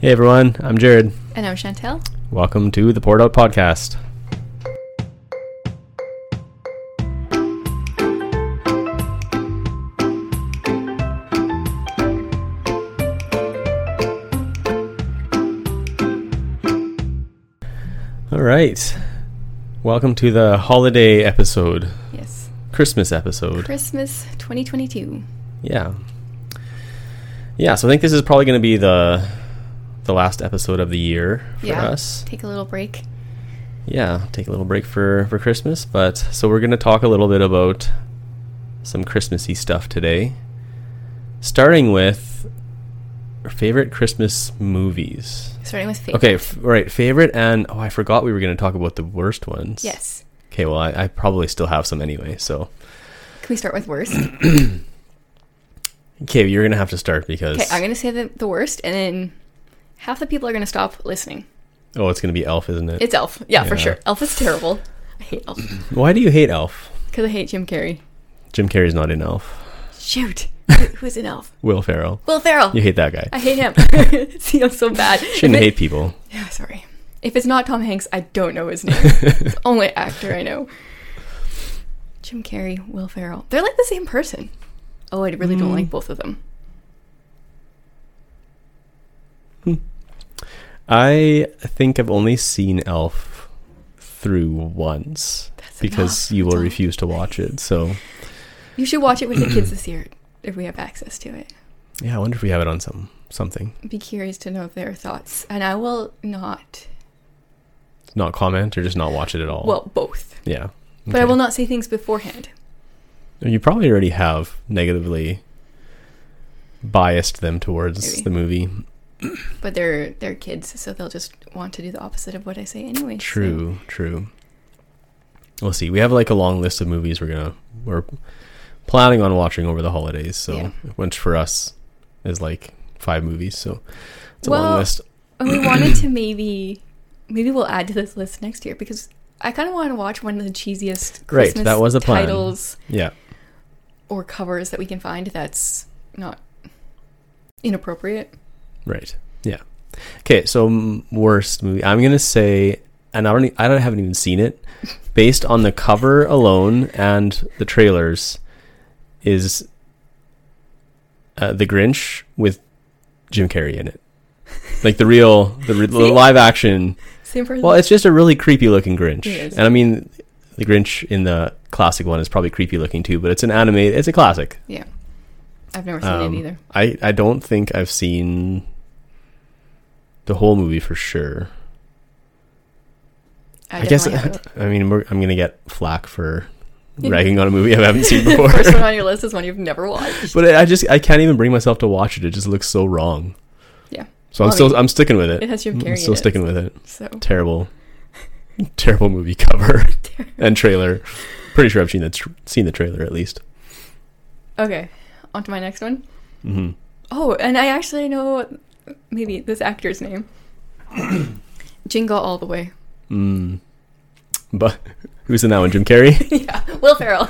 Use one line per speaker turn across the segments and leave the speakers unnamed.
Hey everyone, I'm Jared.
And I'm Chantel.
Welcome to the Poured Out Podcast. All right. Welcome to the holiday episode,
Yes.
Christmas episode.
Christmas 2022.
Yeah. Yeah, so I think this is probably going to be the the last episode of the year for
yeah.
us.
Take a little break.
yeah, take a little break for for Christmas, but so we're going to talk a little bit about some Christmassy stuff today. Starting with our favorite Christmas movies.
Starting with favorite.
Okay, f- right, favorite and oh, I forgot we were going to talk about the worst ones.
Yes.
Okay, well, I, I probably still have some anyway, so
Can we start with worst?
okay, you're going to have to start because
Okay, I'm going to say the, the worst, and then half the people are going to stop listening.
oh, it's going to be Elf, isn't it?
It's Elf. Yeah, for
Yeah.
sure. Elf is terrible. I hate Elf
Why do you hate Elf?
because I hate Jim Carrey.
Jim Carrey's not in Elf.
Shoot. Who- Who's an Elf?
Will Ferrell.
Will Ferrell.
You hate that guy.
I hate him. See, I'm so bad.
Shouldn't
If it-
hate people.
Yeah, sorry. If it's not Tom Hanks, I don't know his name. it's the only actor I know. Jim Carrey, Will Ferrell. They're like the same person. Oh, I really
Mm.
don't like both of them.
I think I've only seen Elf through once
That's
because
enough.
you will
That's all.
refuse to watch it. So,
You should watch it with the kids this year if we have access to it.
yeah, I wonder if we have it on some something.
Be curious to know their thoughts, and I will not.
Not comment or just not watch it at all.
Well, both,
yeah.
but I will not say things beforehand.
You probably already have negatively biased them towards
Maybe.
the movie.
But they're they're kids, so they'll just want to do the opposite of what I say anyway. so-
True, true. We'll see. We have like a long list of movies we're gonna we're planning on watching over the holidays. So,
Yeah.
which for us is like five movies. So, it's a long
Well,
list.
And we wanted to maybe, maybe we'll add to this list next year because I kind of want to watch one of the cheesiest
Right,
Christmas
that was a plan.
titles
Yeah.
or covers that we can find that's not inappropriate.
Right. Yeah. Okay. So mm, worst movie. I'm gonna say, and I don't. e- I don't. Haven't even seen it. Based on the cover alone and the trailers, is uh, the Grinch with Jim Carrey in it. Like the real, the, re- the
See?
live action.
Same person.
Well, it's just a really creepy looking Grinch,
It is.
and I mean, the Grinch in the classic one is probably creepy looking too. But it's an anime. It's a classic.
yeah, I've never seen
Um,
it either.
I, I don't think I've seen the whole movie for sure. I, guess
definitely
I,
haven't.
mean we're, I'm gonna get flack for ragging on a movie I haven't seen before.
first one on your list is one you've never watched.
but I I just I can't even bring myself to watch it. It just looks so wrong.
Yeah.
So
Well,
I'm
I
still
mean,
I'm sticking with it.
It has Jim Carrey.
Mm, I'm still
in
sticking with it.
It, so
Terrible, terrible movie cover and trailer. Pretty sure I've seen the tr- seen the trailer at least.
okay, on to my next one.
hmm
Oh, and I actually know maybe this actor's name. Jingle all the way.
Mm. But who's in that one? Jim Carrey.
yeah, Will Ferrell.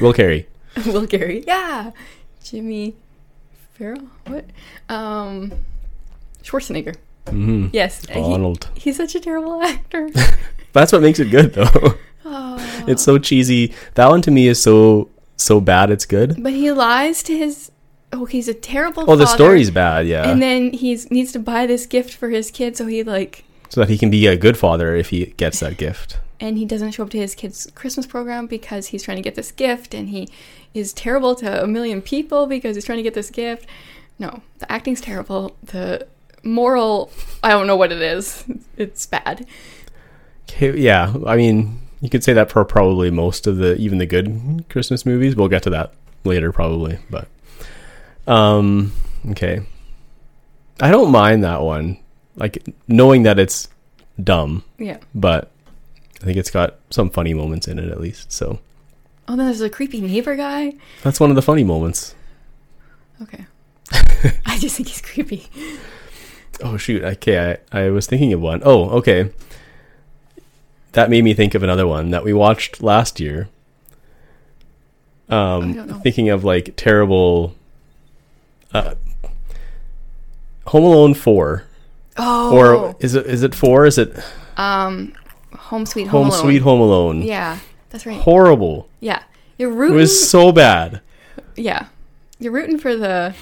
Will Carrey.
Will Gary. Yeah. Jimmy Farrell? What? Um Schwarzenegger.
hmm
Yes. uh, he-
Arnold.
he's such a terrible actor.
That's what makes it good though.
Oh.
It's so cheesy. That one to me is so so bad it's good.
but he lies to his Oh, he's a terrible
Oh, the
father,
story's bad, yeah.
And then he's needs to buy this gift for his kid so he like
so that he can be a good father if he gets that gift.
and he doesn't show up to his kid's Christmas program because he's trying to get this gift and he is terrible to a million people because he's trying to get this gift. No, the acting's terrible. The moral, I don't know what it is. It's bad.
'Kay, Yeah, I mean, you could say that for probably most of the even the good Christmas movies. We'll get to that later probably, but um okay. I don't mind that one. Like knowing that it's dumb,
Yeah.
but I think it's got some funny moments in it at least. So,
Oh, then there's a creepy neighbor guy.
that's one of the funny moments.
Okay. I just think he's creepy.
Oh shoot! Okay, I, I was thinking of one. Oh, okay. That made me think of another one that we watched last year.
I don't know.
Um, thinking of like terrible. Uh, Home Alone four,
Oh,
or is it is it four? Is it
um, Home Sweet Home,
Home
Alone.
Sweet Home Alone?
Yeah, that's right.
Horrible.
yeah, you're
It
rooting.
was so bad.
yeah, you're rooting for the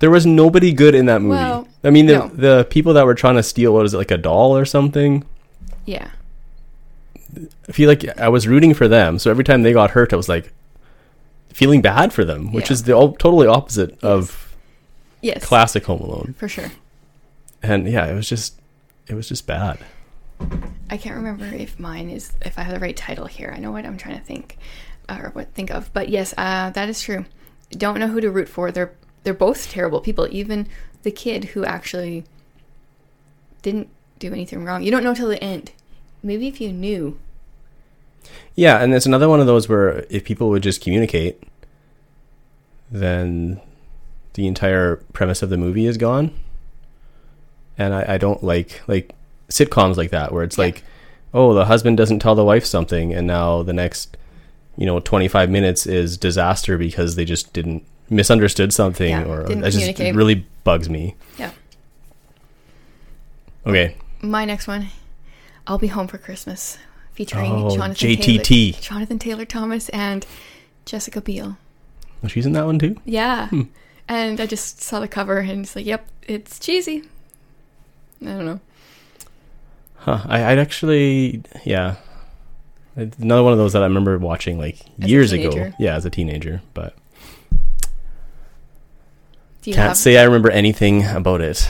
There was nobody good in that movie.
Well,
I mean, the,
no.
the people that were trying to steal what is it like a doll or something?
yeah.
I feel like I was rooting for them. So every time they got hurt, I was like feeling bad for them, which
Yeah.
is the o- totally opposite of
Yes,
classic Home Alone.
for sure.
And yeah, it was just it was just bad.
I can't remember if mine is if I have the right title here. I know what I'm trying to think uh, or what think of, but yes, uh, that is true. Don't know who to root for. They're they're both terrible people. Even the kid who actually didn't do anything wrong. You don't know till the end. Maybe if you knew,
Yeah, and it's another one of those where if people would just communicate, then the entire premise of the movie is gone. And I, I don't like like sitcoms like that where it's
Yeah.
like, oh, the husband doesn't tell the wife something, and now the next, you know, twenty five minutes is disaster because they just didn't misunderstood something
Yeah,
or
didn't
that just
communicate.
really bugs me.
Yeah.
Okay.
my next one, I'll be home for Christmas, featuring
Oh,
Jonathan
JTT.
Taylor, Jonathan Taylor Thomas and Jessica Biel.
Oh, she's in that one too?
Yeah.
Hmm.
And I just saw the cover and it's like, yep, it's cheesy. I don't know.
Huh. I, I'd actually, yeah. It's another one of those that I remember watching like
As a
years ago.
teenager.
Yeah, as a teenager, but
Do you
can't
have?
say I remember anything about it.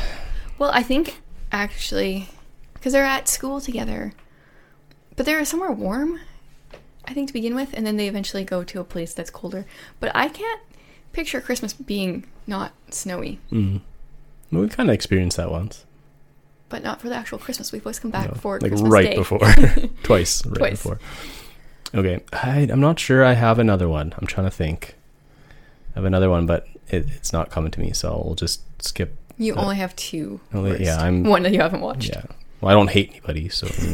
well, I think actually, because they're at school together, but they're somewhere warm, I think to begin with, and then they eventually go to a place that's colder. But I can't picture Christmas being not snowy,
Mm. Well, we kind of experienced that once.
but not for the actual Christmas. We've always come back
No,
for
like
Christmas
right
Day.
before, twice, right
Twice.
before. Okay, I, I'm not sure. I have another one. I'm trying to think. I have another one, but it, it's not coming to me, so we'll just skip.
You
Uh,
only have two.
only-
worst.
yeah, I'm-
one that you haven't watched.
Mm. Yeah. Well, I don't hate anybody, so you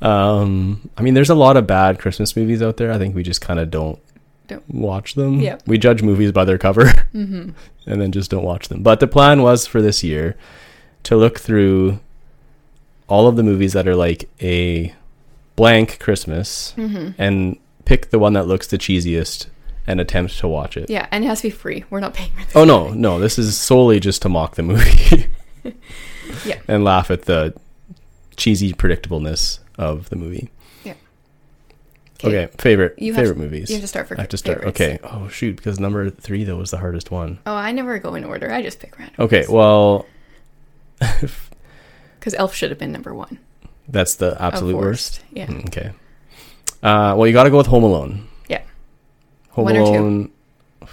know. um, I mean, there's a lot of bad Christmas movies out there. I think we just kind of don't,
Don't.
watch them.
Yeah. Mm-hmm.
We judge movies by their cover, and then just don't watch them. But the plan was for this year to look through all of the movies that are like a blank Christmas
Mm-hmm.
and pick the one that looks the cheesiest and attempt to watch it.
Yeah, and it has to be free. We're not paying for this.
Oh no, no, this is solely just to mock the movie.
Yeah.
And laugh at the cheesy predictableness of the movie. Okay, favorite
You have
favorite
to-
movies.
You have to start for
I have to start.
favorites.
Okay. Oh shoot, because number 3 though was the hardest one.
Oh, I never go in order. I just pick random.
Okay, well
Because Elf should have been number one.
that's the
Of
absolute worst.
worst. Yeah.
Mm, Okay. Uh, well, you got to go with Home Alone.
Yeah.
Home
One or two?
Alone.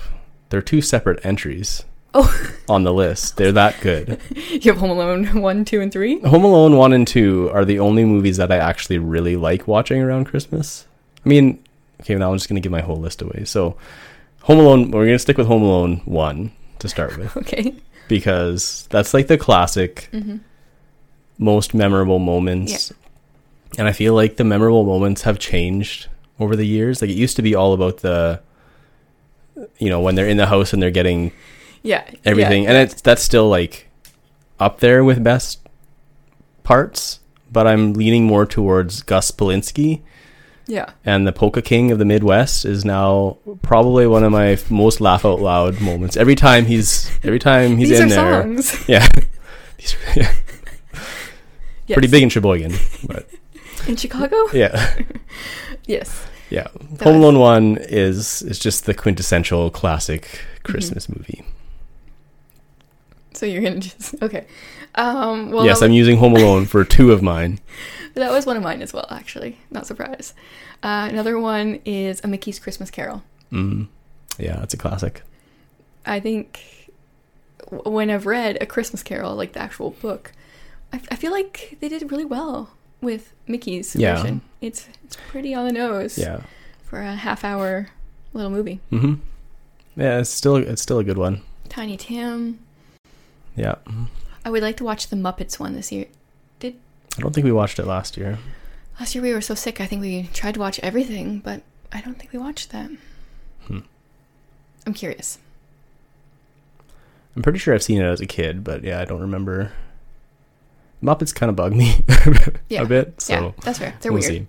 They're two separate entries
Oh,
on the list. They're that good.
you have Home Alone 1, 2, and 3?
Home Alone 1 and 2 are the only movies that I actually really like watching around Christmas. I mean, okay, now I'm just going to give my whole list away. So, Home Alone, we're going to stick with Home Alone 1 to start with
Okay.
because that's like the classic, most memorable moments. And I feel like the memorable moments have changed over the years. Like, it used to be all about the, you know, when they're in the house and they're getting
Yeah.
everything, and it's that's still like up there with best parts. But I'm leaning more towards Gus Polinski,
Yeah.
and the Polka King of the Midwest is now probably one of my most laugh out loud moments. Every time he's every time he's
These
in
are
there,
songs.
yeah, These are- yeah.
Yes.
pretty big in Sheboygan, but
In Chicago?
yeah,
Yes.
yeah.
That
Home
was-
Alone One is is just the quintessential classic
Mm-hmm.
Christmas movie.
So you're going to just. Okay. Um, well,
yes,
that,
I'm
was,
using Home Alone for two of mine.
that was one of mine as well, actually. Not surprised. Uh, another one is A Mickey's Christmas Carol.
Mm. Yeah, it's a classic.
I think w- when I've read A Christmas Carol, like the actual book, I, f- I feel like they did really well with Mickey's
Yeah.
version. It's it's pretty on the nose
Yeah.
for a half hour little movie.
hmm Yeah, it's still it's still a good one.
Tiny Tim.
Yeah,
I would like to watch the Muppets one this year.
I don't think we watched it last year.
Last year we were so sick. I think we tried to watch everything, but I don't think we watched that.
Hmm.
I'm curious.
I'm pretty sure I've seen it as a kid, but yeah, I don't remember. Muppets kind of bug me a
Yeah.
bit, so
yeah, that's fair. They're
we'll
weird.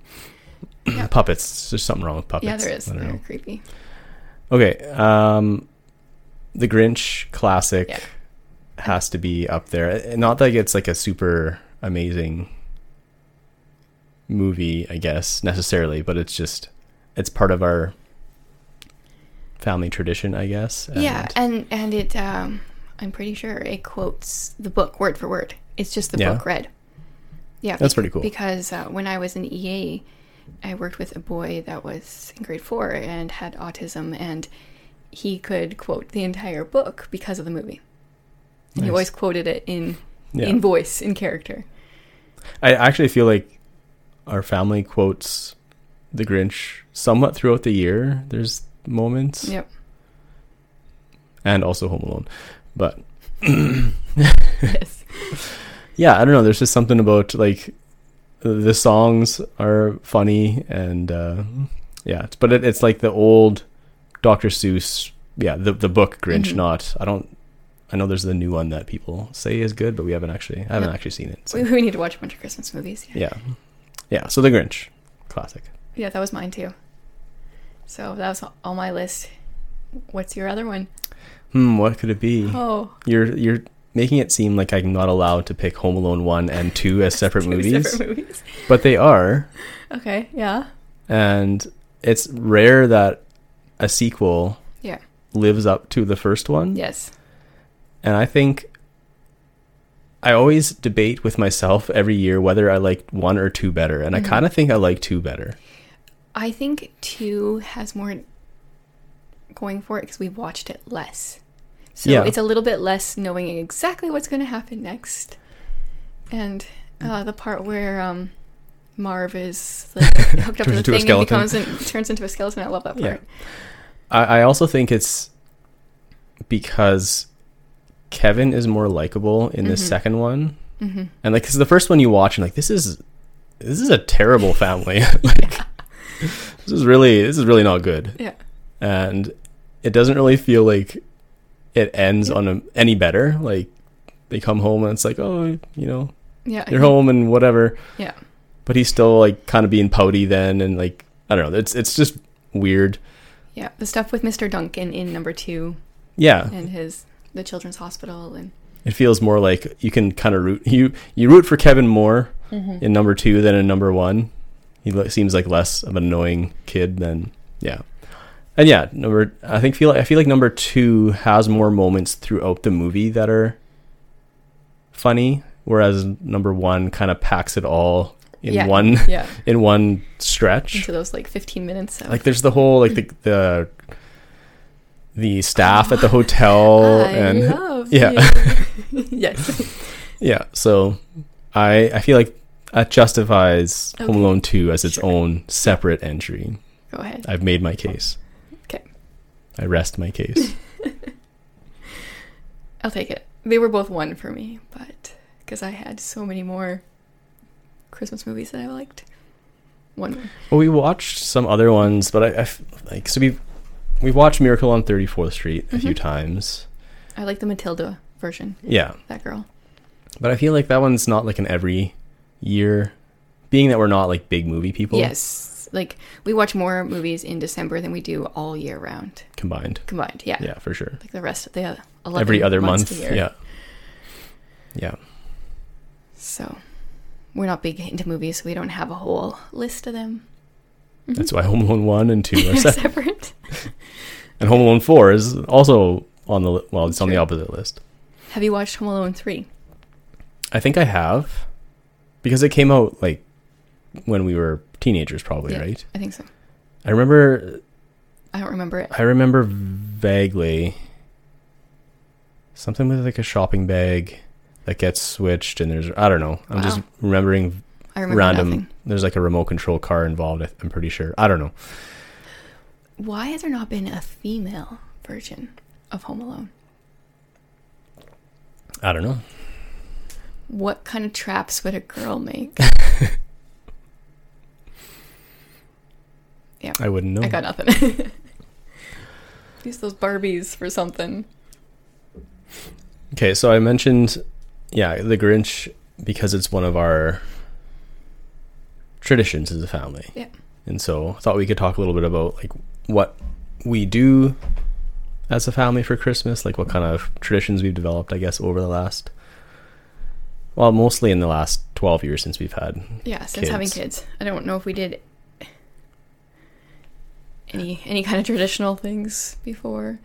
see.
Yeah.
Puppets, there's something wrong with puppets.
Yeah, there is.
I don't
They're
know.
creepy.
Okay, um, the Grinch classic
Yeah.
has to be up there. Uh, Not that it's like a super amazing movie, I guess necessarily, but it's just it's part of our family tradition, I guess.
yeah,
and-
and and it um I'm pretty sure it quotes the book word for word. It's just the
Yeah.
book read. Yeah.
That's
bec-
pretty cool.
Because uh, when I was in EA, I worked with a boy that was in grade 4 and had autism and he could quote the entire book because of the movie. And
Nice.
he always quoted it in
yeah.
in voice, in character.
I actually feel like our family quotes the Grinch somewhat throughout the year. There's moments.
Yep.
And also Home Alone. But
yes.
yeah, I don't know. There's just something about like the songs are funny and uh, yeah, it's- but it, it's like the old Dr. Seuss. Yeah, the the book Grinch.
Mhm.
Not I don't. I know there's the new one that people say is good, but we haven't actually. I haven't
Yeah.
actually seen it.
We,
So.
we need to watch a bunch of Christmas movies. Yeah.
Yeah, yeah. So the Grinch, classic.
Yeah, that was mine too. So that was all my list. What's your other one?
Hmm, what could it be?
Oh,
You're you're making it seem like I'm not allowed to pick Home Alone one and two as separate
two
movies,
Separate movies.
but they are,
Okay, yeah.
and it's rare that a sequel
Yeah.
lives up to the first one.
Yes.
And I think I always debate with myself every year whether I like one or two better, and
Mhm.
I kind of think I like two better.
I think two has more going for it because we've watched it less. So
Yeah.
it's a little bit less knowing exactly what's going to happen next. And
Mm.
uh, the part where um, Marv is like, hooked up
Turns
to the
into a
thing and
skeleton.
becomes and turns into a skeleton. I love that part.
Yeah. I, I also think it's because Kevin is more likable in the
Mhm.
second one,
hmm
and like because the first one you watch and like this is this is a terrible family. like this is really this is really not good.
Yeah.
and it doesn't really feel like it ends on a, any better. Like they come home and it's like oh you know
Yeah. I
you're
think-
home and whatever.
Yeah.
But he's still like kind of being pouty then, and like I don't know. It's it's just weird.
Yeah. The stuff with Mr. Duncan in number two
Yeah,
and his the children's hospital and
it feels more like you can kind of root you you root for Kevin more in number two than in number one. He lo- seems like less of an annoying kid than yeah, and yeah. Number I think feel I feel like number two has more moments throughout the movie that are funny, whereas number one kind of packs it all in
Yeah.
one
yeah
in one stretch.
into those like 15 minutes of,
like there's the whole like the the, the staff at the hotel
I
and
love
yeah.
you. yes
yeah so i i feel like that justifies
Okay.
home alone 2 as its
Sure.
own separate entry
go ahead
i've made my case
Okay.
i rest my case
i'll take it they were both one for me but because i had so many more christmas movies that i liked one more.
well we watched some other ones but i, I f- like so we've we watched miracle on 34th street a few
Mhm.
times
i like the matilda version
yeah
that girl
but i feel like that one's not like an every year being that we're not like big movie people
yes like we watch more movies in december than we do all year round
combined
combined yeah,
yeah for sure
like the rest of the 11
every other
months
month.
of the year.
Yeah. Yeah.
So we're not big into movies, so we don't have a whole list of them. Mm-hmm.
That's why Home Alone 1 and 2 are set.
separate.
And Home Alone 4 is also on the li- well, it's on the
Sure.
opposite list.
Have you watched Home Alone 3?
I think I have because it came out like when we were teenagers probably,
Yeah.
right?
I think so.
I remember
I don't remember it.
I remember vaguely something with like a shopping bag that gets switched and there's I don't know. I'm just
Wow.
remembering
I remember
random
nothing.
there's like a remote control car involved, I th- I'm pretty sure. I don't know.
Why has there not been a female version of Home Alone?
I don't know.
What kind of traps would a girl make?
I wouldn't know.
I got nothing. Use those Barbies for something.
Okay, so I mentioned, yeah, The Grinch because it's one of our traditions as a family.
Yeah.
And so I thought we could talk a little bit about like what we do as a family for Christmas, like what kind of traditions we've developed, I guess, over the last, well, mostly in the last 12 years since we've had.
Yeah, since having kids, I don't know if we did any any kind of traditional things before.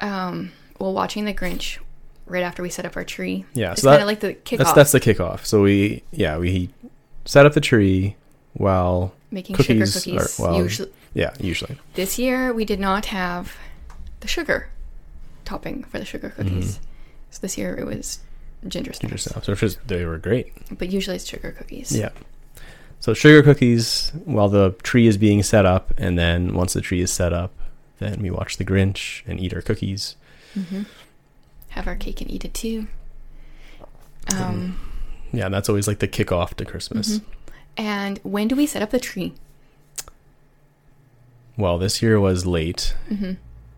Um, well, watching The Grinch right after we set up our tree.
Yeah,
it's
so
kind
that,
of like the kickoff,
that's, that's the kickoff. So we, yeah, we set up the tree while,
making
cookies
sugar cookies.
are- well-
usually,
yeah, usually.
this year we did not have the sugar topping for the sugar cookies, so this year it was ginger snaps.
Mm-hmm. Ginger snaps, which is, they were great.
But usually it's sugar cookies.
Yeah. So sugar cookies while the tree is being set up, and then once the tree is set up, then we watch The Grinch and eat our cookies.
hmm Have our cake and eat it too. Um,
Yeah, and that's always like the kickoff to Christmas.
Mhm. and when do we set up the tree?
Well, this year was late.
hmm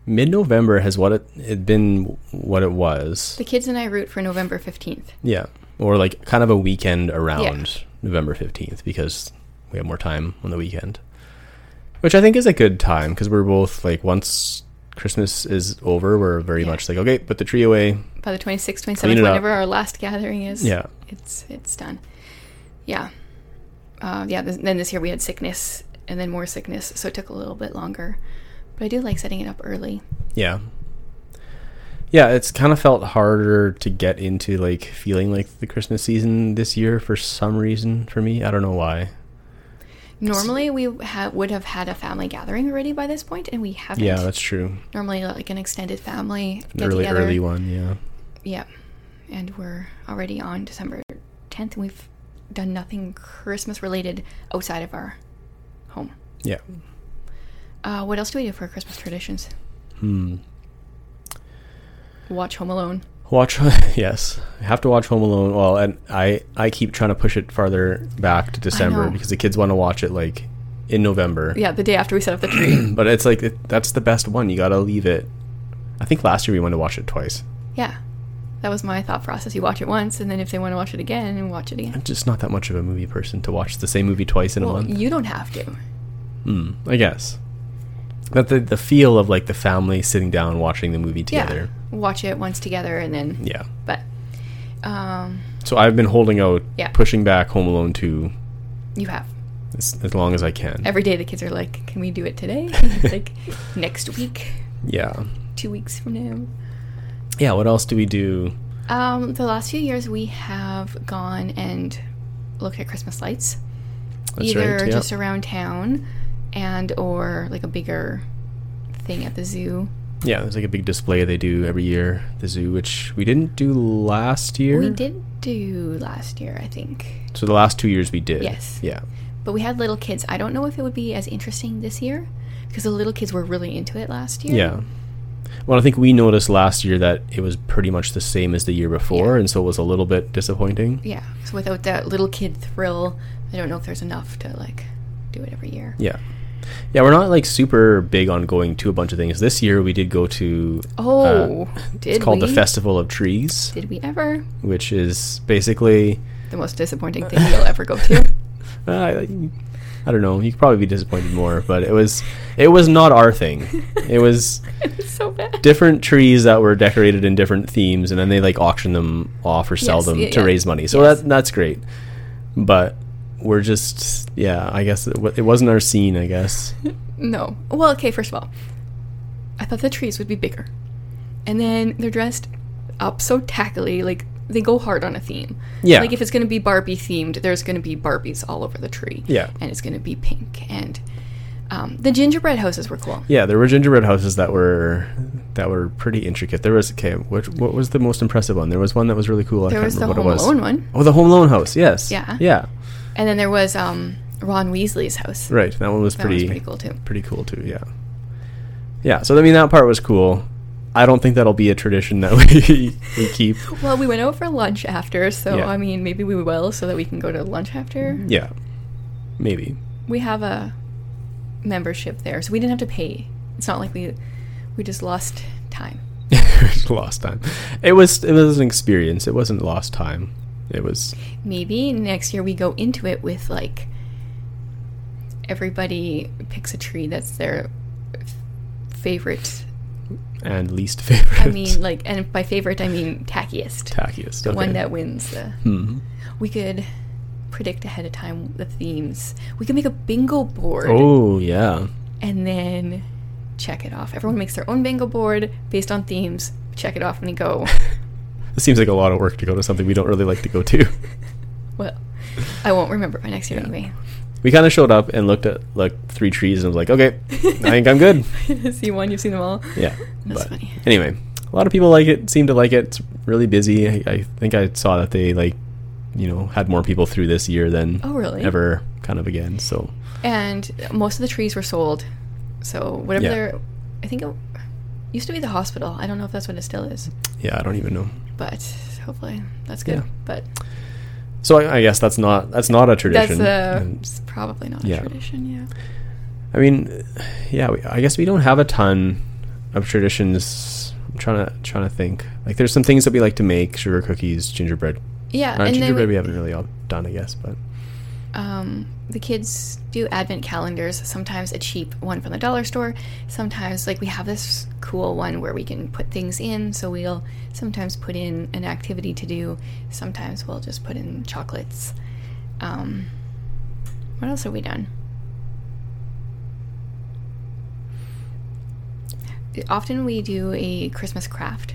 Mid-November has what it had been what it was.
The kids and I root for November 15th.
Yeah, or like kind of a weekend around November fifteenth because we have more time on the weekend, which I think is a good time because we're both like once Christmas is over, we're very
Yeah.
much like okay, put the tree away.
By the 26th,
Clean
27th,
it up.
whenever our last gathering is,
Yeah,
it's it's done. Yeah. Uh, yeah, th- then this year we had sickness and then more sickness, so it took a little bit longer. But I do like setting it up early.
Yeah. Yeah, it's kind of felt harder to get into like feeling like the Christmas season this year for some reason for me. I don't know why.
Normally we ha- would have had a family gathering already by this point, and we haven't.
Yeah, that's true.
Normally like an extended family
An
get
early
together.
early one, yeah.
Yeah. And we're already on December 10th, and we've done nothing Christmas related outside of our home.
Yeah.
Uh, what else do we do for Christmas traditions?
Hmm.
Watch Home Alone.
Watch yes. I have to watch Home Alone. Well, and I I keep trying to push it farther back to December
know.
because the kids want to watch it like in November.
Yeah, the day after we set up the tree.
But it's like it, that's the best one. You got to leave it. I think last year we went to watch it twice.
yeah, that was my thought process. You watch it once, and then if they want to watch it again, and watch it again.
I'm just not that much of a movie person to watch the same movie twice in a
Well,
month.
you don't have to.
Mm, I guess. But the the feel of like the family sitting down watching the movie together.
Yeah, watch it once together, and then.
Yeah.
But um,
So I've been holding out,
Yeah.
pushing back Home Alone 2
you have
as, as long as I can.
every day. The kids are like, "Can we do it today? It's like next week,
yeah.
two weeks from now."
Yeah, what else do we do?
Um, the last few years, we have gone and looked at Christmas lights,
That's
either
right, yeah.
just around town, and or like a bigger thing at the zoo.
Yeah, there's like a big display they do every year, at the zoo, which we didn't do last year.
We did do last year, I think,
So the last two years we did.
Yes.
Yeah.
but we had little kids. I don't know if it would be as interesting this year because the little kids were really into it last year.
Yeah. Well, I think we noticed last year that it was pretty much the same as the year before,
Yeah.
and so it was a little bit disappointing.
yeah. So without that little kid thrill, I don't know if there's enough to like do it every year.
Yeah. Yeah, we're not like super big on going to a bunch of things. This year we did go to
Oh, did
Uh, it's called
we?
the Festival of Trees,
Did we ever?
which is basically
The most disappointing thing you'll ever go to.
uh, I I don't know, you could probably be disappointed more, but it was it was not our thing. It was
it was so bad.
different trees that were decorated in different themes and then they like auction them off or sell
Yes,
them
yeah,
to
yeah.
raise money. So
Yes.
that that's great. But we're just yeah, I guess it, wa- it wasn't our scene, I guess.
No. Well, okay, first of all, I thought the trees would be bigger. And then they're dressed up so tackily, like they go hard on a theme.
Yeah.
Like if it's going to be Barbie themed, there's going to be Barbies all over the tree.
Yeah.
And it's going to be pink and um, the gingerbread houses were cool.
Yeah, there were gingerbread houses that were that were pretty intricate. There was okay, which what was the most impressive one? There was one that was really cool. I
There
can't
was the
remember
Home
what it was.
Alone one,
Oh, the Home Alone house. Yes.
Yeah.
Yeah.
and then there was um, Ron Weasley's house.
Right. That one was
That
pretty
was pretty cool too.
pretty cool too. Yeah. Yeah. So I mean, that part was cool. I don't think that'll be a tradition that we we keep.
Well, we went out for lunch after, so
Yeah. Mm-hmm.
I mean, maybe we will, so that we can go to lunch after.
Yeah. Maybe.
we have a membership there, so we didn't have to pay. It's not like we we just lost time.
lost time. It was it was an experience. It wasn't lost time. It was
Maybe next year we go into it with like everybody picks a tree that's their f- favorite.
and least favorite.
I mean, like, and by favorite I mean tackiest,
tackiest.
the one
okay.
that wins. The
Hmm.
we could predict ahead of time the themes. We could make a bingo board
Oh yeah.
and then check it off. Everyone makes their own bingo board based on themes. Check it off when you go.
It seems like a lot of work to go to something we don't really like to go to.
well, I won't remember by next year
Yeah.
anyway.
We kind of showed up and looked at like three trees and was like, okay, I think I'm good.
See one, you've seen them all.
Yeah.
That's
but
funny.
Anyway, a lot of people like it. Seem to like it. It's really busy. I, I think I saw that they like, you know, had more people through this year than
Oh, really?
ever. Kind of again. So
And most of the trees were sold. So whatever
Yeah.
they're, I think it used to be the hospital. I don't know if that's what it still is,
yeah, I don't even know.
but hopefully that's good.
Yeah.
But
So I, I guess that's not that's not a tradition.
that's uh,
And-
it's probably not
Yeah.
a tradition. Yeah.
I mean, yeah, we, I guess we don't have a ton of traditions. I'm trying to trying to think. Like, there's some things that we like to make: sugar cookies, gingerbread.
Yeah,
Not
Uh, and then
gingerbread.
we-
We haven't really all done, I guess. But
um, the kids do advent calendars sometimes a cheap one from the dollar store sometimes like we have this cool one where we can put things in so we'll sometimes put in an activity to do sometimes we'll just put in chocolates um, what else have we done often we do a christmas craft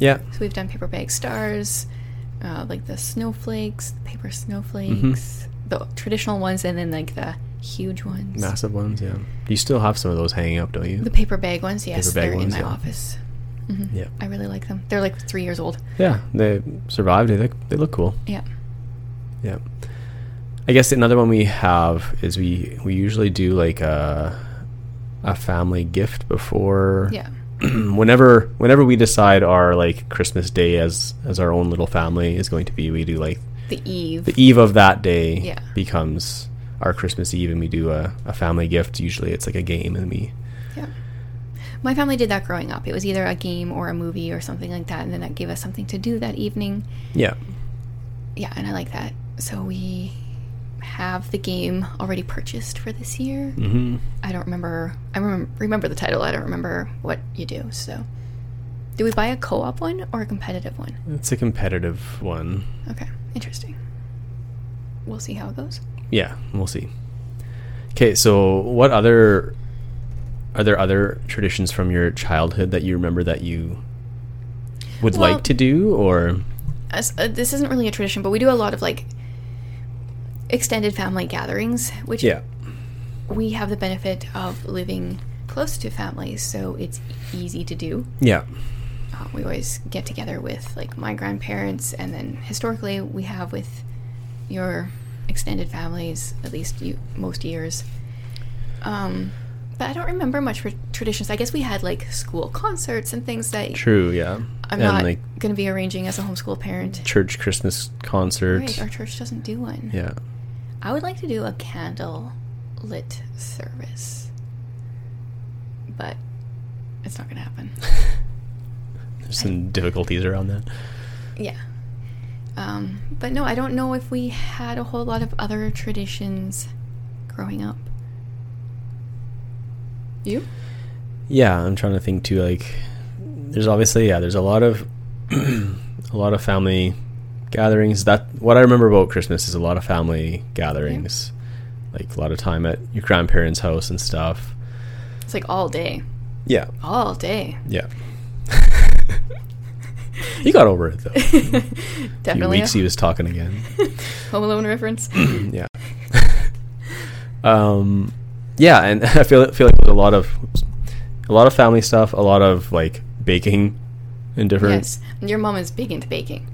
yeah,
so we've done paper bag stars, uh, like the snowflakes, the paper snowflakes,
Mm-hmm.
the traditional ones, and then like the huge ones.
massive ones. Yeah, you still have some of those hanging up, don't you?
The paper bag ones, yes,
Paper bag
they're in
ones,
my
yeah.
office. Mhm.
Yeah.
I really like them. They're like three years old.
yeah, they survived. They look they look cool.
Yeah.
Yeah. I guess another one we have is we we usually do like a a family gift before
Yeah.
whenever whenever we decide our like Christmas day as as our own little family is going to be, we do like
The Eve.
the E eve of that day
Yeah.
becomes our Christmas Eve, and we do a, a family gift. Usually, it's like a game, and we
yeah. My family did that growing up. It was either a game or a movie or something like that, and then that gave us something to do that evening.
yeah
Yeah, and I like that. So we have the game already purchased for this year.
mm-hmm.
I don't remember. I remember, remember the title. I don't remember what you do. So, do we buy a co-op one or a competitive one?
it's a competitive one.
Okay, interesting. We'll see how it goes.
Yeah, we'll see. Okay, so what other are there other traditions from your childhood that you remember that you would
Well-
like to do, or
As, uh, this isn't really a tradition, but we do a lot of like extended family gatherings, which
yeah,
we have the benefit of living close to families, so it's easy to do.
yeah,
Uh, we always get together with like my grandparents, and then historically we have with your extended families at least you, most years. Um, but I don't remember much for traditions. I guess we had like school concerts and things that
true, yeah,
I'm
and
not
like
going to be arranging as a homeschool parent.
church Christmas concert,
Right, our church doesn't do one.
yeah.
I would like to do a candle lit service, but it's not going to happen.
There's some difficulties around that.
Yeah. Um, but no, I don't know if we had a whole lot of other traditions growing up. You?
yeah i'm trying to think too like there's obviously yeah there's a lot of a lot of family gatherings that what i remember about christmas is a lot of family gatherings like a lot of time at your grandparents house and stuff
It's like all day.
yeah
All day.
yeah you got over it though a few
Definitely.
weeks he
A
was talking again
Home Alone reference.
yeah um yeah and i feel feel like there's a lot of oops, a lot of family stuff a lot of like baking and different
yes. Your mom is big into baking.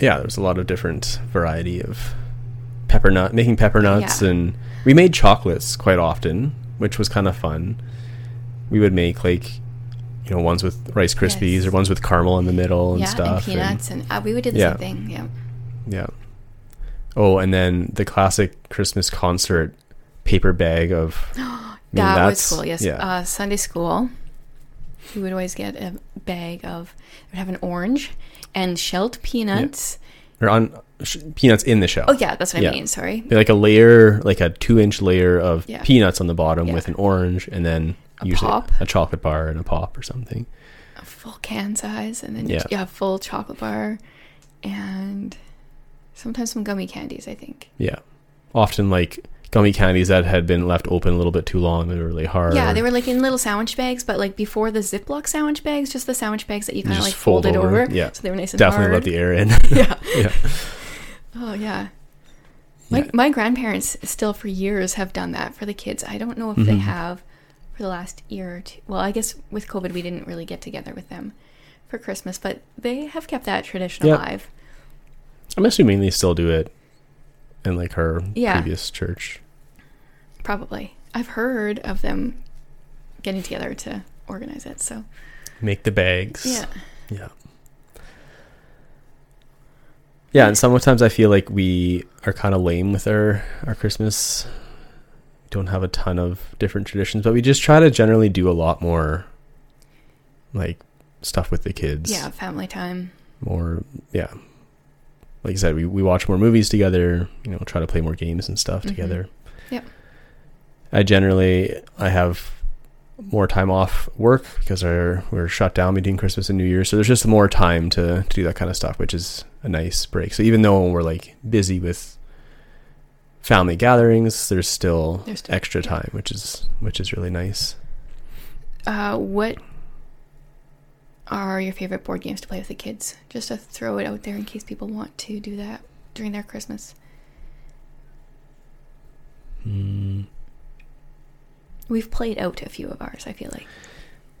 yeah, there was a lot of different variety of pepper nut making pepper nuts
Yeah.
and we made chocolates quite often, which was kind of fun. We would make like you know ones with Rice Krispies
Yes.
or ones with caramel in the middle and
yeah,
stuff.
and peanuts. And, uh, we would do the
Yeah.
same thing. Yeah.
yeah. Oh, and then the classic Christmas concert paper bag of. I mean,
That was
that's-
cool. Yes.
Yeah.
Uh, Sunday school. we would always get a bag of, we'd have an orange and shelled peanuts.
or on sh- peanuts in the shell.
Oh, yeah, that's what
Yeah.
I mean. Sorry.
They're like a layer, like a two-inch layer of
Yeah.
peanuts on the bottom
Yeah.
with an orange, and then
A
usually
pop.
a chocolate bar and a pop or something.
A full can size, and then
Yeah.
yeah. you have full chocolate bar and sometimes some gummy candies, I think.
Yeah, often like gummy candies that had been left open a little bit too long. They were really hard.
Yeah, they were like in little sandwich bags, but like before the Ziploc sandwich bags, just the sandwich bags that you kind of
just
like
fold
folded
over,
over.
yeah.
So they were nice and
definitely let
hard.
the air in.
yeah.
Yeah.
Oh yeah. My
Yeah.
my grandparents still for years have done that for the kids. I don't know if they
Mhm.
have for the last year or two. Well, I guess with COVID we didn't really get together with them for Christmas, but they have kept that tradition
Yeah.
alive.
I'm assuming they still do it in like her
Yeah.
previous church.
Probably. I've heard of them getting together to organize it, so
Make the bags.
yeah.
Yeah. Yeah, and sometimes I feel like we are kind of lame with our our Christmas. Don't have a ton of different traditions, but we just try to generally do a lot more like stuff with the kids.
Yeah, family time.
More yeah. Like I said, we, we watch more movies together, you know, try to play more games and stuff
Mhm.
together.
Yep.
I generally I have more time off work because our, we're shut down between Christmas and New Year. So there's just more time to, to do that kind of stuff, which is a nice break. So even though we're like busy with family gatherings, there's still
There's still-
extra
yeah.
time, which is which is really nice.
Uh, what are your favorite board games to play with the kids? Just to throw it out there in case people want to do that during their Christmas.
Mm.
We've played out a few of ours, I feel like.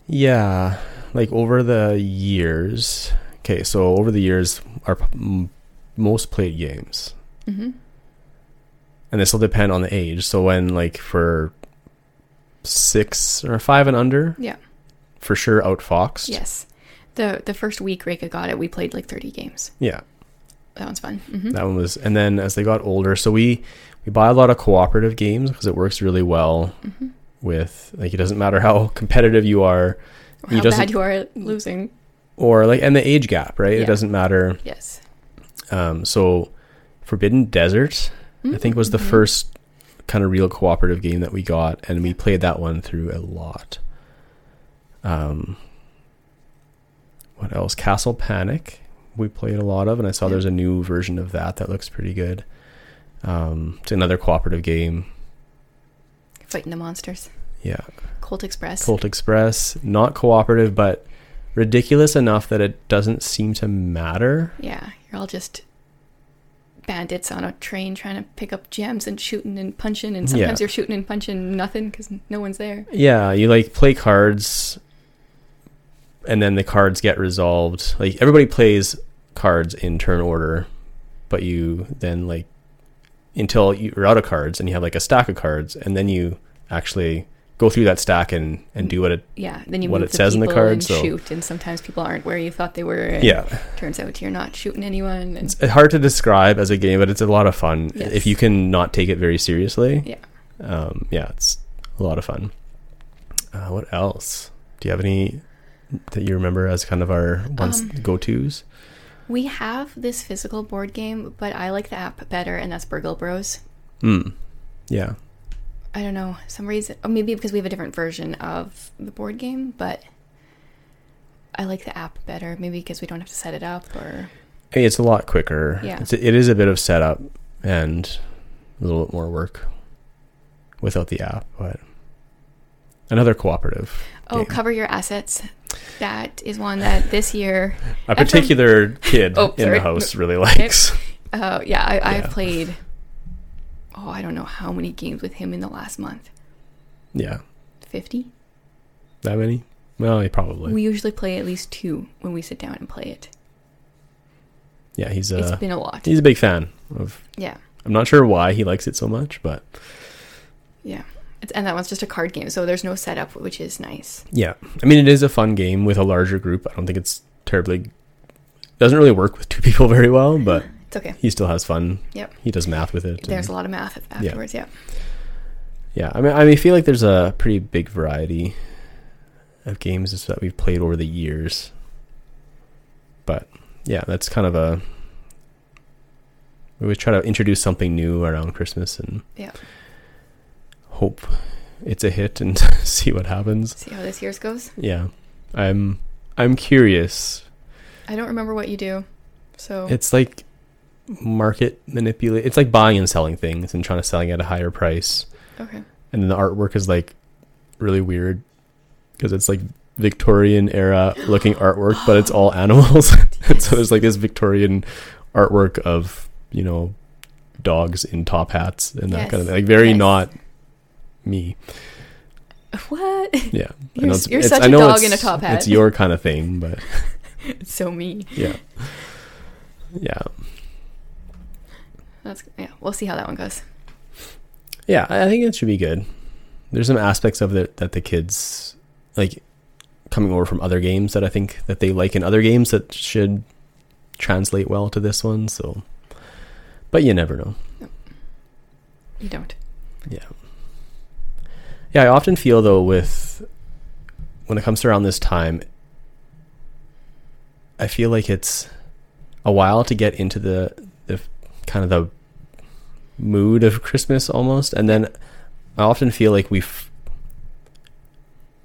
Yeah, like over the years. Okay, so over the years, our p- m- most played games
Mm-hmm.
and this will depend on the age. So when like for six or five and under,
Yeah.
for sure outfoxed.
Yes. The the first week Reka got it, we played like 30 games.
Yeah,
That one's fun. hmm
that one was. And then as they got older, so we we buy a lot of cooperative games because it works really well
hmm
with like it doesn't matter how competitive you are
Or
He
how
doesn't-
bad you are at losing.
or like and the age gap, right? It
Yeah.
doesn't matter.
Yes.
Um, so Forbidden Desert, I think, was the
Mhm.
first kind of real cooperative game that we got, and we played that one through a lot. Um, what else? Castle Panic, we played a lot of, and I saw
Yeah.
there's a new version of that that looks pretty good. Um, it's another cooperative game.
Fighting the monsters.
Yeah,
Colt Express.
Colt Express, not cooperative, but ridiculous enough that it doesn't seem to matter.
Yeah, you're all just bandits on a train trying to pick up gems and shooting and punching, and
Yeah.
sometimes you're shooting and punching nothing because no one's there.
Yeah, you like play cards, and then the cards get resolved. Like everybody plays cards in turn order, but you then like until you're out of cards and you have like a stack of cards, and then you actually go through that stack and and do what it.
Yeah, then you
What
move
it
the
says in the
people
card,
and
so-
shoot, and sometimes people aren't where you thought they were. And
Yeah,
turns out you're not shooting anyone. And
it's hard to describe as a game, but it's a lot of fun
Yes.
if you can not take it very seriously.
Yeah.
um, yeah, it's a lot of fun. Uh, what else? Do you have any that you remember as kind of our ones
Um,
go tos?
we have this physical board game, but I like the app better, and that's Burgle Bros.
Mm. Yeah.
I don't know some reason, or maybe because we have a different version of the board game, but. I like the app better, maybe because we don't have to set it up or
I mean, it's a lot quicker.
Yeah.
It's, it is a bit of setup and a little bit more work without the app, but another cooperative.
Oh,
game.
cover your assets. That is one that this year,
A particular kid
Oh,
in
sorry.
the house really likes.
uh, yeah, I,
Yeah.
I've played. Oh, I don't know how many games with him in the last month.
yeah.
Fifty.
That many? Well, he probably.
We usually play at least two when we sit down and play it.
yeah, he's
it's
a
been a lot.
he's a big fan of.
Yeah,
I'm not sure why he likes it so much, but
yeah. It's, and that one's just a card game, so there's no setup, which is nice.
yeah. I mean, it is a fun game with a larger group. I don't think it's terribly doesn't really work with two people very well, but
It's okay.
he still has fun.
Yep.
He does math with it.
There's
and-
a lot of math afterwards. Yeah.
yeah, I mean, I mean, I feel like there's a pretty big variety of games that we've played over the years. But yeah, that's kind of a we always try to introduce something new around Christmas and
Yeah.
hope it's a hit and see what happens.
See how this year's goes.
Yeah. I'm I'm curious.
I don't remember what you do, so
It's like market manipulate it's like buying and selling things and trying to selling at a higher price.
okay.
and then the artwork is like really weird because it's like Victorian era looking artwork, but it's all animals. And so there's like this Victorian artwork of you know dogs in top hats and that kind of
Yes,
thing. like very
yes.
not me.
What?
Yeah, I
You're,
know
s-
it's-
you're
it's-
such
I
a
know
dog
it's-
in a top hat.
It's your kind of thing, but
It's so me.
yeah, yeah,
That's yeah. We'll see how that one goes.
yeah. I I think it should be good. There's some aspects of it that the kids like coming over from other games that I think that they like in other games that should translate well to this one. So, but you never know.
You don't.
Yeah, I often feel though with when it comes to around this time, I feel like it's a while to get into the the kind of the mood of Christmas almost, and then I often feel like we f-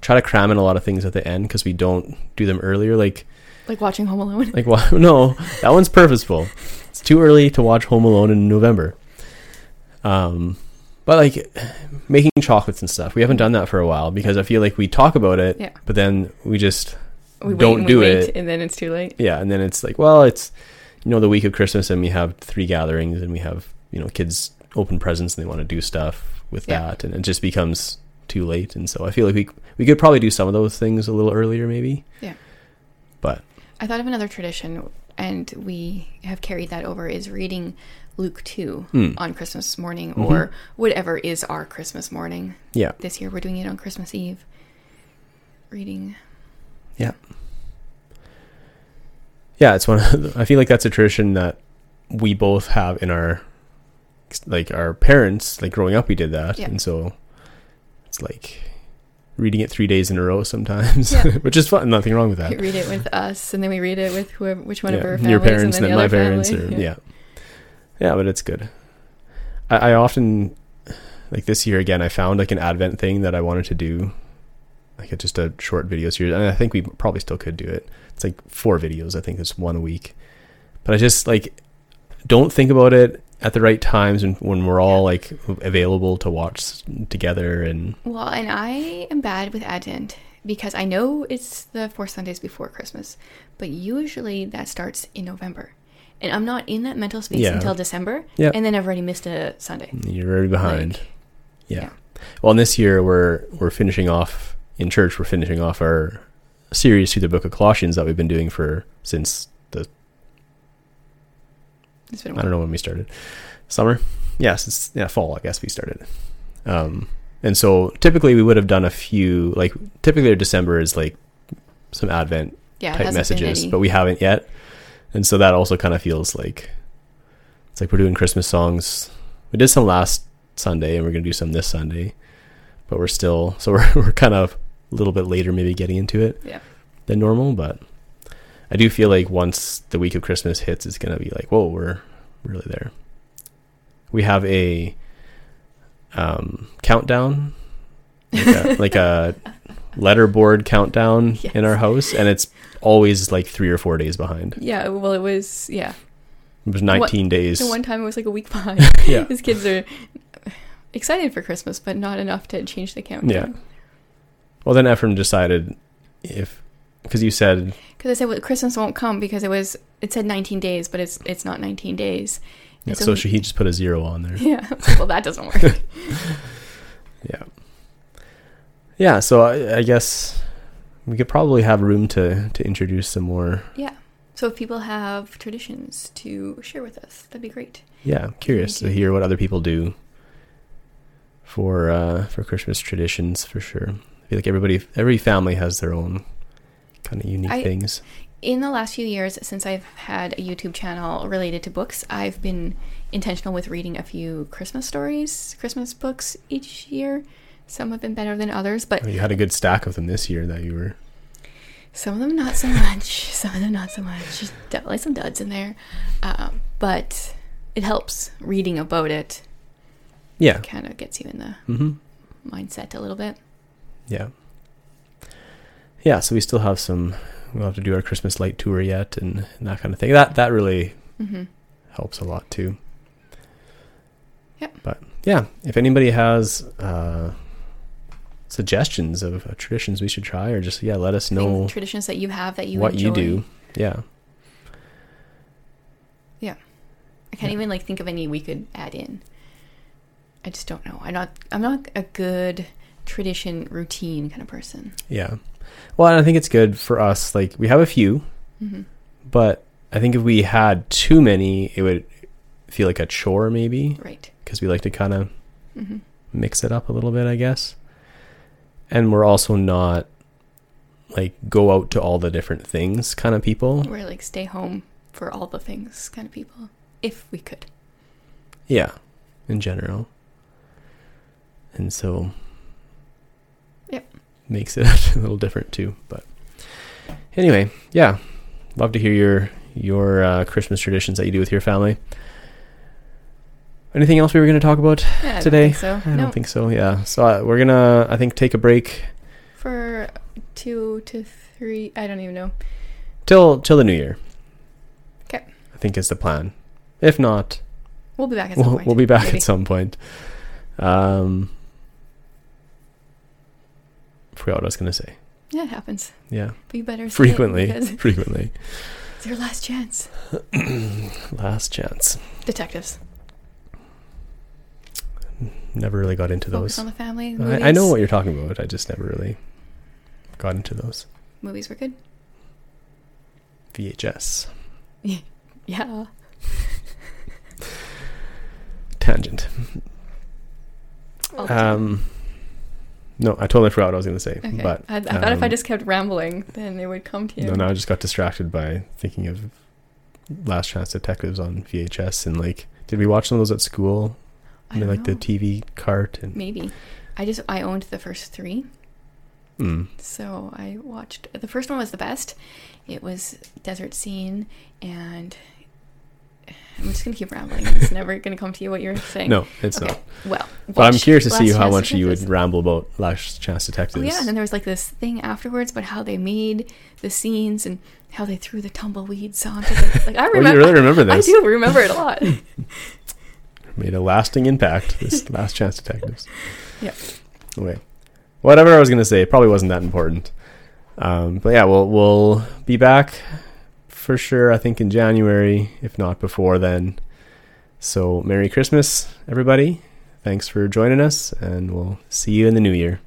try to cram in a lot of things at the end because we don't do them earlier. Like
Like watching Home Alone.
like why no, that one's purposeful. It's too early to watch Home Alone in November. Um, but like making chocolates and stuff, we haven't done that for a while because I feel like we talk about it,
Yeah.
but then we just
We wait
Don't
and
do
we wait,
it.
and then it's too late.
yeah, and then it's like well, it's you know the week of Christmas and we have three gatherings and we have you know kids open presents and they want to do stuff with
Yeah.
that and it just becomes too late and so I feel like we we could probably do some of those things a little earlier maybe.
I thought of another tradition, and we have carried that over is reading Luke two
Hmm.
on Christmas morning
Mhm.
or whatever is our Christmas morning.
Yeah.
This year we're doing it on Christmas Eve. Reading.
yeah it's one of the, i feel like that's a tradition that we both have in our like our parents like growing up we did that
Yeah.
and so it's like reading it three days in a row sometimes
Yeah.
which is fun nothing wrong with that
We read it with us, and then we read it with whoever, which one of our families,
your parents
and then, the
my
other
parents
family.
or yeah. yeah but it's good I, I often like this year again i found like an advent thing that i wanted to do like a, just a short video series and i think we probably still could do it it's like four videos i think it's one a week but i just like don't think about it at the right times and when we're all like available to watch together and
Well, and I am bad with Advent because I know it's the four Sundays before Christmas, but usually that starts in November. And I'm not in that mental space
Yeah.
until December,
Yeah.
and then I've already missed a Sunday.
you're already behind
Like,
Yeah.
Yeah.
Well, and this year we're we're finishing off in church. We're finishing off our series through the Book of Colossians that we've been doing for since the
it's been a
I
while.
don't know when we started summer. Yeah, since yeah fall I guess we started. Um, and so typically we would have done a few like typically our December is like some Advent
Yeah, it
type
hasn't been
messages,
any-
but we haven't yet. And so that also kind of feels like it's like we're doing Christmas songs. We did some last Sunday and we're going to do some this Sunday, but we're still, so we're, we're kind of a little bit later maybe getting into it
Yeah.
than normal. But I do feel like once the week of Christmas hits, it's going to be like, whoa, we're really there. We have a um, countdown, like a, like a letterboard countdown
Yes.
in our house, and it's always like three or four days behind.
yeah, well, it was yeah.
It was 19 days.
The one time it was like a week behind.
yeah.
These kids are excited for Christmas, but not enough to change the countdown. Yeah,
Well, then Ephraim decided if, because you said,
because I said well, Christmas won't come because it was it said 19 days, but it's it's not 19 days.
yeah,
And
so she, he just put a zero on there.
Yeah. Well, that doesn't work.
Yeah, so I, I guess we could probably have room to, to introduce some more.
yeah. So if people have traditions to share with us, that'd be great.
Yeah, I'm curious to
Thank you.
hear what other people do for uh, for Christmas traditions for sure. I feel like everybody, every family has their own kind of unique
I-
things.
In the last few years, since I've had a YouTube channel related to books, I've been intentional with reading a few Christmas stories, Christmas books each year. Some have been better than others, but
You had a good stack of them this year that you were
Some of them not so much. Some of them not so much. There's Definitely some duds in there, um, but it helps reading about it.
Yeah.
Kind of gets you in the
Mm-hmm.
mindset a little bit.
Yeah. Yeah, so we still have some we'll have to do our Christmas light tour yet and, and that kind of thing. That that really
hmm
helps a lot too.
Yep.
But yeah, if anybody has uh suggestions of uh, traditions we should try or just yeah, let us know
Things, traditions that you have that you
what you
enjoy.
do. Yeah.
I can't
Yeah.
even like think of any we could add in. I just don't know. I'm not. I'm not a good tradition routine kind of person.
Yeah. Well, and I think it's good for us like we have a few, Mm-hmm.
hmm
but I think if we had too many, it would feel like a chore maybe
Right.
because we like to kind of Mm-hmm.
hmm
mix it up a little bit, I guess. And we're also not like go out to all the different things kind of people.
We're like stay home for all the things kind of people, if we could.
Yeah, in general. And so
Yep.
Makes it a little different too, but anyway, yeah. Love to hear your your uh, Christmas traditions that you do with your family. Anything else we were going to talk about?
Yeah, I don't
Today,
think so
I
no,
don't think so. Yeah. So uh, we're going to I think take a break
for two to three. I don't even know.
till till the new year.
'Kay.
I think is the plan. If not,
We'll be back at some
we'll,
point.
we'll be back
maybe.
at some point. Um, forgot what I was gonna say.
Yeah, it happens.
Yeah,
But you better say it
frequently,
because
frequently.
it's your last chance,
Last chance.
detectives.
Never really got into
Focus
those.
on the family. Movies.
I, I know what you're talking about. I just never really got into those.
movies were good.
VHS
Yeah.
tangent.
All the time.
Um, no, I totally forgot what I was gonna say.
okay.
But
I, I thought if I
um,
just kept rambling, then it would come to you.
No, no, I just got distracted by thinking of Last Chance Detectives on VHS and like, did we watch some of those at school?
I
mean,
don't
like the
know.
TV cart and
Maybe. I just I owned the first three,
mm,
so I watched. The first one was the best. It was desert scene, and I'm just gonna keep rambling. It's never gonna come to you what you're saying.
no, it's
Okay.
not.
Well,
But I'm
watch
curious to see
Last
how
Chance
much you
Detectives.
would ramble about Last Chance
Oh
Detectives.
yeah, and then there was like this thing afterwards about how they made the scenes and how they threw the tumbleweeds onto the like I
Oh, you
remember.
really remember this.
I do remember it a lot.
Made a lasting impact. This Last Chance Detectives.
Yep.
Okay. Whatever I was gonna say probably wasn't that important. Um, but yeah, we'll we'll be back for sure. I think in January, if not before then. So Merry Christmas, everybody. Thanks for joining us, and we'll see you in the new year.